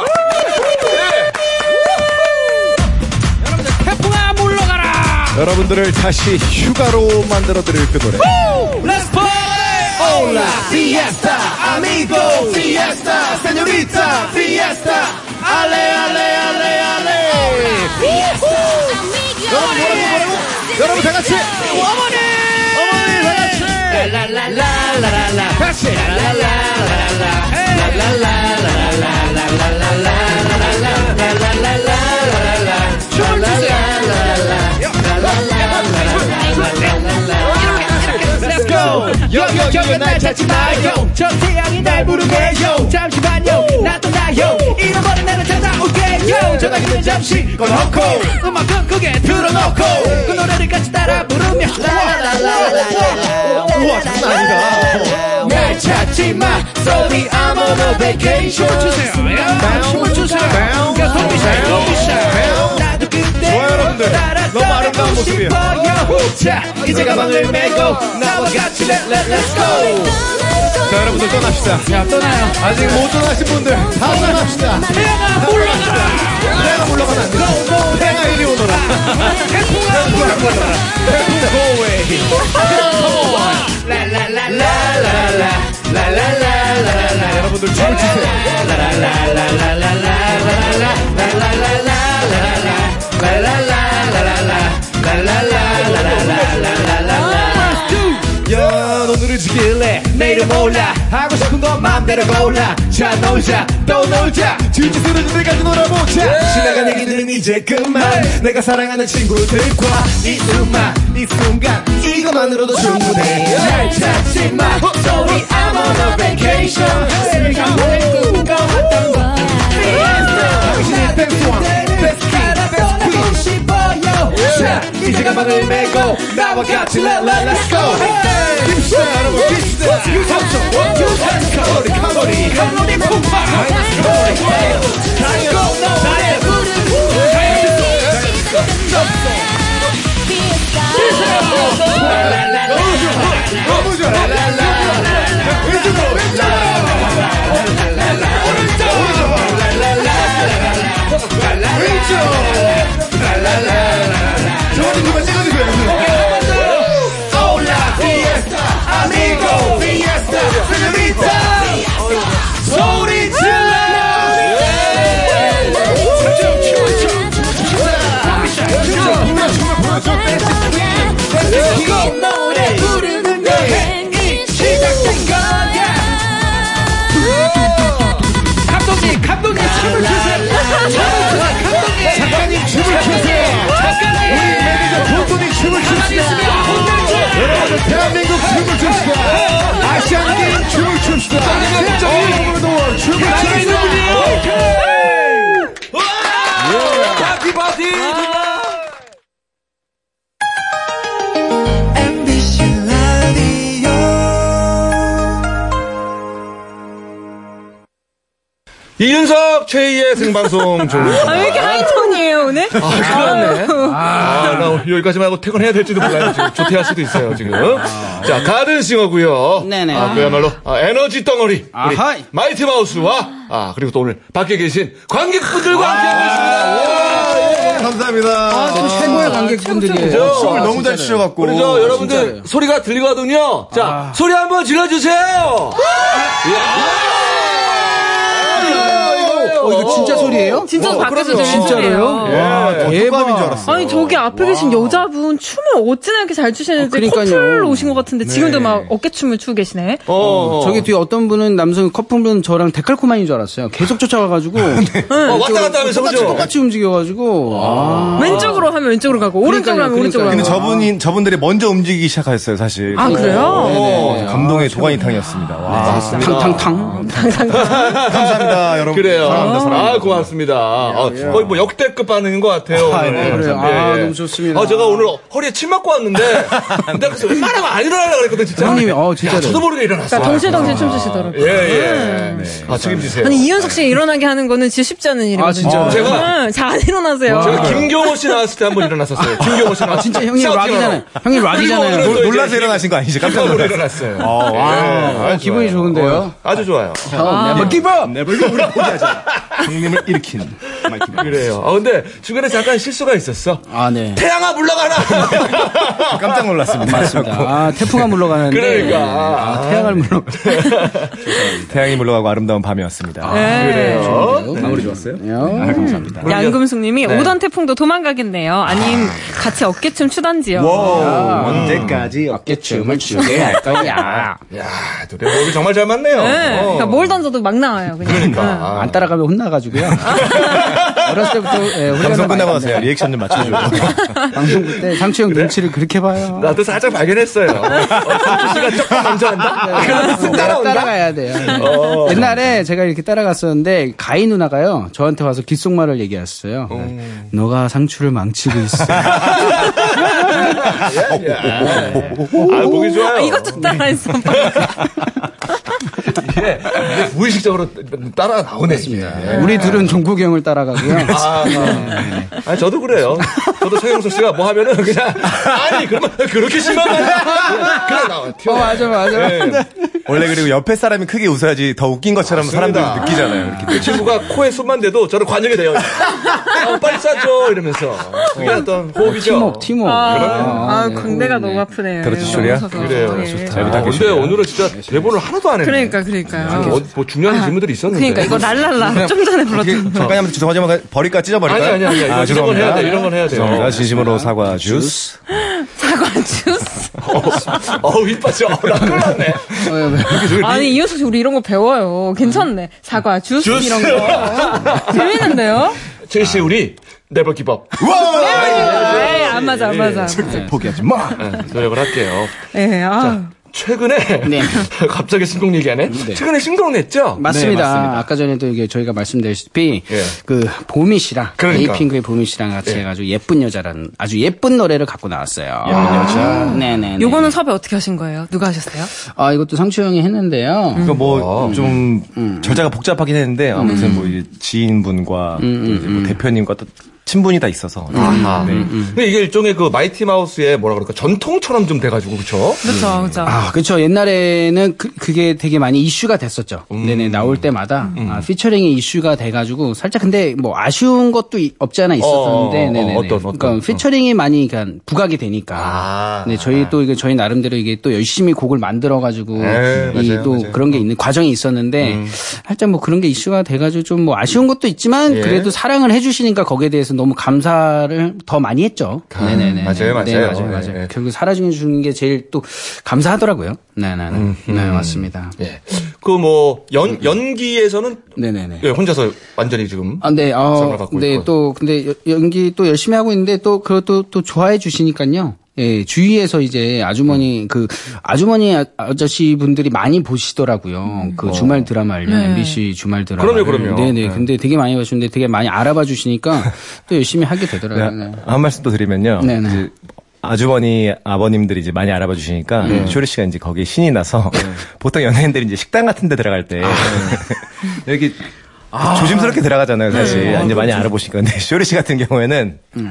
태풍아 물러가라
여러분들을 다시 휴가로 만들어 드릴 그 노래.
Let's party Hola Fiesta Amigo Fiesta Señorita Fiesta Ale Ale Ale Ale
여러분 다 같이
여겨요 날 찾지 마요 저 태양이 날 네, 부르게요 잠시만요 나타나요 잃어버린 나를 찾아올게요 전화기는 잠시 꺼놓고 음악은 크게 틀어놓고 그 노래를 같이 따라 부르며 우와 장난 아니다 날 찾지 마 Sorry I'm on a vacation 주세요
아,
춤을 추세요 야 손비샤 손비샤 나도 그때
좋아요, 여러분들. 너무 아름다운 모습이에요.
싶어요 자 이제 가방을 메고 나와 같이 let, let, let's go
자 여러분들 떠납시다. 야 떠나요. 아직 못 떠나신 분들 다 떠납시다. 태양아 물러가라. 태양아 물러가면 안 돼. 태양아 이리 오너라. 여러분들 춤을 추세요.
야 오늘을 즐길래 내일은 몰라 하고 싶은 건 맘대로 골라 자 놀자 또 놀자
뒤지 쓰러지들까지 놀아보자.
지나간 얘기들은 이제 그만 내가 사랑하는 친구들과 이 순간 이 순간 이것만으로도 충분해 날 찾지 마 Sorry I'm on a vacation 내가 원래 꿈꿔왔던 건 당신의 백수왕 백스킨 싶어요 자 이제 가방을 메고 나와 같이 let, let, Let's go
깁시다 여러분 깁시다.
삼촌 원투 렛츠 카모리 카모리 카모리 폭발 카모리 다이어 나의
너무 좋아. 왼쪽으로 왼쪽으로. 오른쪽. 왼쪽. 저번에 그만 찍어주세요.
Hola, fiesta, amigo, fiesta, señorita. Soy
매니저 돈돈이 춤을 춥시다. 여러분들 대한민국 춤을 춥시다. 아시안 게임 춤을 춥시다. All over the world 춤을 춥시다.
파티 파티. 이윤석 최희의 생방송
[LAUGHS]
아,
종료입니다.
왜 이렇게 하이톤이에요, 오늘?
아, 큰일 났네. 아, 나 오늘 여기까지 말고 퇴근해야 될지도 몰라요. 지금 조퇴할 수도 있어요, 지금.
아.
자, 가든싱어고요
네네.
아, 그야말로, 아, 에너지 덩어리. 우리
아하이.
마이티 마우스와, 아, 그리고 또 오늘 밖에 계신 관객분들과 함께하고 있습니다.
아,
예.
네, 감사합니다.
아,
최고의 관객분들이에요.
최고죠.
춤을 너무 잘 추셔갖고.
우리 저 여러분들
진짜요. 아.
소리가 들리거든요. 자, 소리 한번 질러주세요.
어, 이거 진짜 소리예요?
진짜 밖에서 들리는
어, 진짜로요?
소리예요.
와, 더 촉감인 줄 알았어요.
아니 저기 앞에 계신 여자분 춤을 어찌나 이렇게 잘 추시는지
아, 그러니까요. 네.
커플로 오신 것 같은데 지금도 막 어깨춤을 추고 계시네.
어, 어.
저기 뒤에 어떤 분은 남성 커플분 저랑 데칼코마인 줄 알았어요. 계속 쫓아가가지고
어, 왔다 갔다 하면서
똑같이
그죠?
똑같이 움직여가지고 아.
왼쪽으로 하면 왼쪽으로 가고 오른쪽으로 하면
그러니까요,
오른쪽으로
근데
가고.
저분이 저분들이 먼저 움직이기 시작했어요, 사실.
아
네,
그래요?
어, 감동의
아,
도가니탕이었습니다. 와.
아. 탕탕탕
감사합니다, 여러분.
그래요. 아, 고맙습니다. 아, 거의 뭐 역대급 반응인 것 같아요. 오늘. 예,
네,
그래요. 예, 아, 너무 좋습니다.
아, 제가 오늘 허리에 침 맞고
[LAUGHS]
왔는데, 근데 그래서 웬만하면 안 일어나려고 그랬거든, 진짜.
형님이 어
야, 저도
진짜로
모르게 일어났어.
그러니까 덩실덩실 춤추시더라고요.
예, 예. 아, 책임지세요.
아니 이윤석 씨가 일어나게 하는 거는 진짜 쉽지 않은 일이거든요.
아, 진짜요?
제가-
응, 잘안 일어나세요.
제가 김경호 씨 나왔을 때 한 번 일어났었어요. 김경호 씨 나왔을 때.
아 진짜 형님 락이잖아요. 형님
그리고
락이잖아요.
오늘은 또
놀라서
이제
일어나신 거 아니지? 깜짝
힙합으로
놀랐어요.
일어났어요. 예,
어, 와.
아, 기분이 좋은데요.
어, 아주 좋아요.
아, never give up.
내버 이거 우리 포기하자. 형님을 일으킨 마이크.
그래요. 아, 근데 중간에 잠깐 실수가 있었어.
아 네.
태양아 물러가라.
깜짝 놀랐습니다.
아 태풍아
[LAUGHS]
물러가는데.
그러니까.
아, 태양을 물러.
[LAUGHS] 태양이 물러가고 아름다운 밤이었습니다.
네.
마무리 좋았어요?
요 네.
감사합니다.
네. 양금숙님이 오던 태풍도 도망가겠네요. 아님 같이 어깨춤 추던지요.
언제까지
어깨춤을 추게 할 거야.
야, 노래 목이 정말 잘 맞네요.
네,
어.
그러니까 뭘 던져도 막 나와요. 그냥. 응.
그러니까.
안 따라가면 혼나가지고요.
[LAUGHS]
어렸을 때부터 예, 훈련을
방송 끝나고
많이 받네요.
나서 리액션 좀 맞춰줘요.
[LAUGHS]
방송 그때 상추 형 눈치를 그렇게 봐요.
나도 살짝 발견했어요. 어, 상추 씨가 조금 먼저한다? 그러면 쓱 네. 아, 따라온다?
네,
어.
따라가야 돼요. 네. 옛날에 제가 이렇게 따라갔었는데 가희 누나가요 저한테 와서 귓속말을 얘기했어요. 너가 상추를 망치고 있어.
예,
네.
아, 목이 좋아요.
아, 이것도
네.
따라했어.
예. 이게 무의식적으로 따라 [LAUGHS] 나오네. 이게.
우리 둘은 종국이 형을 따라가고요.
아,
네.
아. 아니, 저도 그래요. 저도 서영석 씨가 뭐 하면은 그냥, 아니, 그러면 그렇게 심한 거야. 그냥 나와.
어
튀어.
맞아 맞아.
예.
원래 그리고 옆에 사람이 크게 웃어야지 더 웃긴 것처럼
맞습니다.
사람들이 느끼잖아요. 이렇게.
그 친구가 코에 손만 대도 저는 관역이 돼요. 아, 빨리 싸줘 이러면서 그게 어떤 호흡이죠.
팀워크 팀워크. 네.
아, 군대가 너무 아프네요. 그렇죠.
그렇지, 조리야?
너무 무서워서.
그래요.
예.
아, 근데 오늘은 진짜 대본을 하나도 안 했네.
그러니까, 그러니까요.
어, 뭐 중요한 질문들이 있었는데.
그러니까 이거 랄랄라 좀 전에 불렀던 거.
잠깐 한번 죄송하지만 버릴까 찢어버릴까요?
아, 아니, 아니, 아니, 아니. 이런 건 해야 돼. 이런 건 해야 돼요.
죄송합니다. 진심으로 사과 주스.
사과 주스.
어우 이빠져. 나 큰일 났네.
아니, 이효석 씨 우리 이런 거 배워요. 괜찮네. 사과 주스,
주스.
이런 거. 재밌는데요?
제시 우리 네버 기법
에이, 네, 안 맞아, 안 맞아.
[LAUGHS] 포기하지 마.
네. 노력을 할게요.
예, 아.
최근에 [LAUGHS] 갑자기 신곡 얘기하네. 최근에 신곡 냈죠?
맞습니다. 아까 전에도 이게 저희가 말씀드렸다시피
네, 예.
그 보미 씨랑
그러니까.
에이핑크의 보미 씨랑 같이 해가지고 예쁜 여자라는 아주 예쁜 노래를 갖고 나왔어요. 아, 네네.
요거는 섭외 어떻게 하신 거예요? 누가 하셨어요?
아 이것도 상추 형이 했는데요.
음.
그러니까
음.
뭐좀 절차가 복잡하긴 했는데 아무튼 뭐 이제 지인분과 또 이제 뭐 대표님과 또 친분이 다 있어서
음,
네.
아하. 음. 근데 이게 일종의 그 마이티 마우스의 뭐라 그럴까 전통처럼 좀 돼가지고 그쵸?
그렇죠, 그렇죠.
아, 그렇죠. 옛날에는 그, 그게 되게 많이 이슈가 됐었죠.
음.
네네 나올 때마다 아, 피처링이 이슈가 돼가지고 살짝 근데 뭐 아쉬운 것도 이- 없지 않아
어, 어,
있었었는데,
어,
네네.
어떤, 어떤,
그러니까 피처링이 많이 그러니까 부각이 되니까.
아.
네, 저희 또 이게 저희 나름대로 이게 또 열심히 곡을 만들어가지고
네,
이
맞아요, 음.
또
맞아요.
그런 게 있는 과정이
예.
있었는데 살짝 뭐 그런 게 이슈가 돼가지고 좀 뭐 아쉬운 것도 있지만 그래도 사랑을 해주시니까 거기에 대해서 너무 감사를 더 많이 했죠. 네네네.
맞아요, 맞아요.
네, 맞아요, 맞아요.
네, 네.
결국 사라져 주는 게 제일 또 감사하더라고요. 네네네.
음,
네, 맞습니다.
그 뭐 연 연기에서는
네네네.
예, 혼자서 완전히 지금
아, 네,
음. 상을
어,
받고
네,
있고.
또, 근데 여- 연기 또 열심히 하고 있는데 또, 그것도 또 좋아해 주시니까요. 예, 주위에서 이제 아주머니,
음.
그, 아주머니 아- 아저씨 분들이 많이 보시더라고요. 그 주말 드라마를, MBC 주말 드라마.
어. 그럼요, 그럼요.
네네.
네.
근데 되게 많이 봐주는데 되게 많이
[LAUGHS]
알아봐 주시니까 또 열심히 하게 되더라고요. 네.
한 말씀 또 드리면요.
네, 네.
이제 아주머니, 아버님들이 이제 많이 알아봐 주시니까
네.
쇼리 씨가 이제 거기에 신이 나서 [LAUGHS] 보통 연예인들이 이제 식당 같은 데 들어갈
아,
때 [LAUGHS]
네.
여기 조심스럽게 들어가잖아요, 사실. 이제 많이
그렇죠.
알아보시니까. 근데 [LAUGHS] 쇼리 씨 같은 경우에는
네.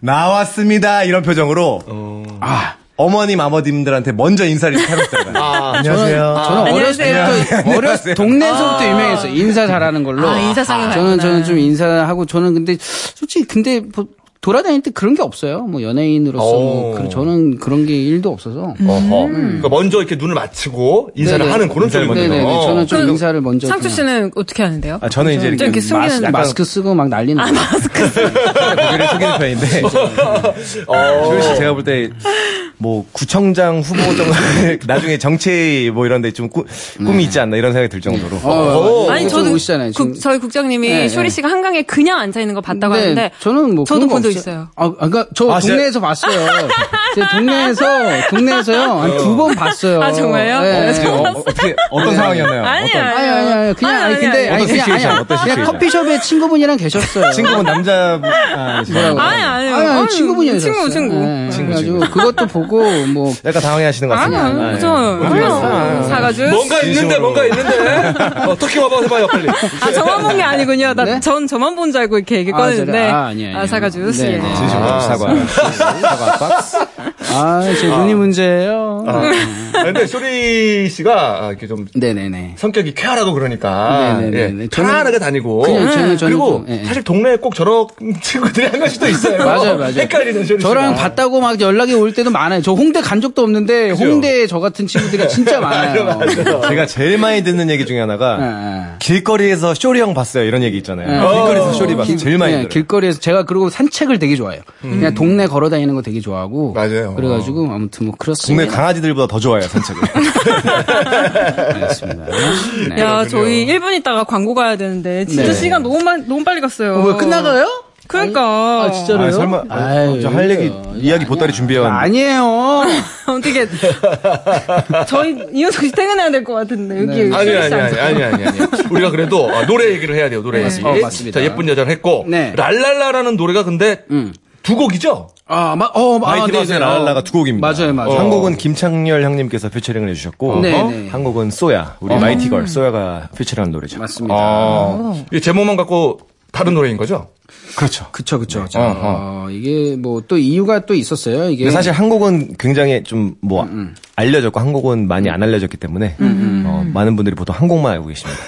나왔습니다. 이런 표정으로 아, 어머님, 아버님들한테 먼저 인사를 이렇게 하고 있어요. 안녕하세요.
아, 저는 어렸을
안녕하세요.
때부터 어렸을 동네에서부터 유명했어요. 인사 잘하는 걸로.
아, 인사상에
저는
가는구나.
저는 좀 인사하고 저는 근데 솔직히 근데 뭐 돌아다닐 때 그런 게 없어요. 뭐 연예인으로서 뭐
오.
그- 저는 그런 게 일도 없어서.
어허. 그러니까 먼저 이렇게 눈을 맞추고 인사를
음. 네네.
하는 그런 쪽이군요.
네네네. 저는 좀
그럼
인사를 먼저.
상추
그냥
씨는 어떻게 하는데요?
아, 저는 이제
좀
이렇게
이렇게
마스,
숨기는
마스크 쓰고 막 난리는. 아,
고개를 숙이는
[LAUGHS]
편인데
어.
조현
어.
씨 제가 볼 때 뭐 구청장 후보 정도 [LAUGHS] 나중에 정치 뭐 이런데 좀 꾸- 꿈이 있지 않나 이런 생각이 들 정도로
어.
아니 저도
오시잖아요. 지금.
국- 저희 국장님이
네,
쇼리
네.
씨가 한강에 그냥 앉아 있는 거 봤다고
네,
하는데
저는 뭐
저도
그런 거
본 적
없어요.
있어요.
아, 그러니까 저
아, 진짜?
동네에서 봤어요. 제 동네에서 동네에서요 두 번 봤어요.
아, 정말요?
네.
이제 어, 어, 어떻게 어떤 상황이었나요?
아니에요.
어떤
아니 아니 아니 그냥 아니, 근데
아니.
아니
어떤
그냥 아니
시츄에이션,
아니
어떤
그냥
시츄에이션?
커피숍에 친구분이랑 계셨어요.
친구분 남자 아,
뭐라고?
뭐라고
아니, 아니,
아니,
아니,
친구분이랑
친구,
계셨어요.
친구.
네,
친구,
그래가지고
친구.
그것도 보고 뭐
약간 당황해하시는 것
아니,
같습니다. 아,
아니,
예.
그죠. 몰라. 사가지고.
뭔가 있는데 뭔가 있는데. 어, 터키 와봐 해봐요 빨리.
아, 저만 본 게 아니군요. 나,
네?
전 저만 본 줄 알고 이렇게 얘기
아,
꺼냈는데.
저래. 아, 아니, 아니.
사가지고.
네,
예.
네.
진심으로
[LAUGHS]
사과.
사과 박스. 아, 제 눈이 문제예요.
아, 근데 쇼리 씨가 아, 이렇게 좀
네네네.
성격이 쾌활하고 그러니까
네네네네.
예,
저는-
편안하게 다니고
그냥 저는- 저는
그리고
좀, 예, 예.
사실 동네에 꼭 저런 [LAUGHS] 친구들이 한 것이 또 있어요.
맞아요, 맞아요.
헷갈리는 쇼리
저랑
씨가.
봤다고 막 연락이 올 때도 많아요. 저 홍대 간 적도 없는데 홍대에 저 같은 친구들이
[LAUGHS]
진짜 많아요.
제가 제일 많이 듣는 얘기 중에
예,
하나가
예.
길거리에서 쇼리 형 봤어요 이런 얘기 있잖아요.
네.
길거리에서 쇼리 봤어요.
길-
제일 많이
예,
들어요. 음.
길거리에서 제가 그리고 산책을 되게 좋아해요. 그냥 동네 걸어 다니는 거 되게 좋아하고
맞아요.
그래가지고 아무튼 뭐
동네
그렇습니다.
강아지들보다 더 좋아해요 산책을.
알겠습니다. 네.
야, 저희 1분 있다가 광고 가야 되는데. 진짜
네.
시간 너무, 많- 너무 빨리 갔어요.
어, 왜 끝나가요?
그러니까. [LAUGHS]
아, 진짜로요?
아, 설마
아유,
저할 얘기 이야기 보따리 준비해왔는데.
아니에요. [LAUGHS]
어떻게. 저희, 이현석 씨 퇴근해야 될 것 같은데.
네.
여기.
아니 아니 아니 아니 아니 아니 우리가 그래도 아, 노래 얘기를 해야 돼요 노래 얘기.
맞습니다. 어, 맞습니다.
자 예쁜 여자를 했고
네. 음.
랄랄라라는 노래가 근데 두 곡이죠.
아, 마, 어, 마- 아,
마이티
네,
마스의
네.
라랄라가
어.
두 곡입니다.
맞아요, 맞아요.
한국은 김창렬 형님께서 피처링을 해주셨고,
네,
어?
네. 어. 음.
한국은 쏘야, 우리 마이티걸 쏘야가 피처링한 노래죠.
맞습니다.
아, 이 제목만 갖고 다른 노래인 거죠?
그렇죠.
그쵸, 그쵸. 어,
어.
이게 뭐 또 이유가 또 있었어요. 이게.
근데 사실 한국은 굉장히 좀
음,
뭐 알려졌고 한국은 많이 안 알려졌기 때문에 어, 많은 분들이 보통 한국만 알고
[LAUGHS]
계십니다.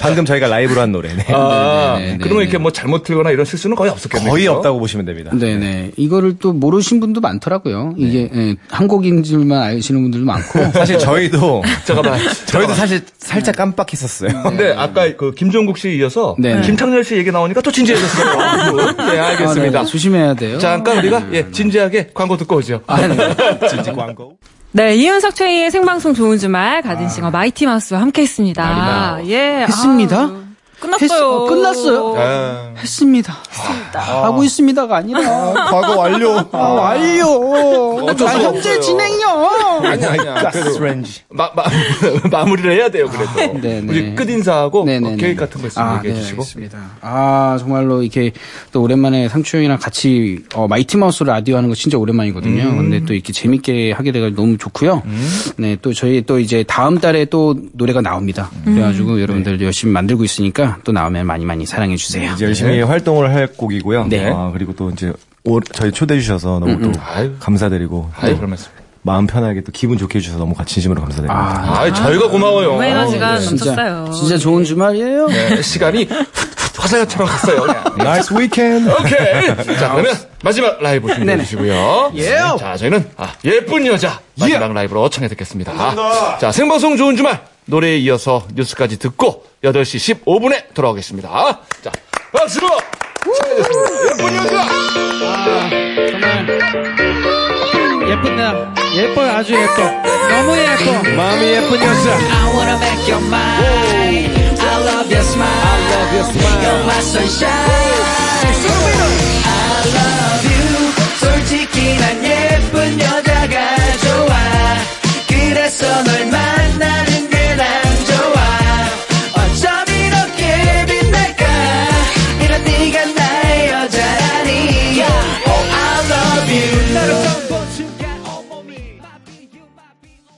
방금 저희가 라이브로 한 노래네.
아,
네, 네, 네,
그러면
네.
이렇게 뭐 잘못 틀거나 이런 실수는 거의 없었겠네요.
그러니까 거의
그죠?
없다고 보시면 됩니다.
그렇죠? 네네. 이거를 또 모르신 분도
네.
많더라고요. 이게, 예, 한국인 줄만 아시는 분들도 많고.
[LAUGHS] 사실 저희도
잠깐만.
저희도 사실 네. 살짝
음,
깜빡했었어요.
근데 아까 그 김종국 씨 이어서
네, 네.
김창렬 씨 얘기 나오니까 또
[LAUGHS]
진지해졌어요. 네, 알겠습니다.
아, 네, 조심해야 돼요.
잠깐 우리가 예, 진지하게 광고 듣고 오죠.
아, 네.
진지 광고.
네, 이현석 최희의 생방송 좋은 주말, 가든 싱어 마이티 마우스와 함께 했습니다. 예.
아. 했습니다?
아유, 끝났어요.
했- 어, 끝났어요?
아,
했습니다. 하고 있습니다가 아니라.
과거 완료.
아, 완료.
어쩔 수가
나 현재
없어요.
진행요.
아니 아니야. 그래도
스트레인지.
마, [LAUGHS] 마, 마무리를 해야 돼요. 그래도
네, 네.
우리 끝 인사하고
네, 네,
어,
네.
계획 같은 거 있으면
아,
얘기해
네,
주시고.
알겠습니다. 아, 정말로 이렇게 또 오랜만에 상추 형이랑 같이 어, 마이티 마우스 라디오 하는 거 진짜 오랜만이거든요.
음.
근데 또 이렇게 재밌게 하게 돼가지고 너무 좋고요. 네, 또 저희 또 이제 다음 달에 또 노래가 나옵니다.
음.
그래가지고
네.
여러분들 열심히 만들고 있으니까 또 나오면 많이 많이 사랑해 주세요.
이제 열심히 활동을 할 곡이고요.
네. 음,
아, 그리고 또 이제 올- 저희 초대해 주셔서 너무 또
아유.
감사드리고
아이
네.
또
별 말씀.
마음 편하게 또 기분 좋게 해주셔서 너무 가- 진심으로 감사드립니다.
아,
아, 저희가 고마워요.
너무 에너지가
진짜
넘쳤어요.
진짜 좋은 주말이에요.
네, 시간이 훗훗 화사연처럼 갔어요. 그냥.
나이스 위켄드.
오케이. 자, 그러면 마지막 라이브 준비해 주시고요. 자, 저희는 아, 예쁜 여자 마지막 라이브로 청해 듣겠습니다. 자, 생방송 좋은 주말 노래에 이어서 뉴스까지 듣고 8시 15분에 돌아오겠습니다. 자, 박수로
축하드립니다. 예쁜 여자!
예쁘다. 예뻐 아주 예뻐. 너무 예뻐.
마음이 예쁜 여자.
I wanna make your mine. I love your smile. I love your smile. You're my sunshine. I love Oh,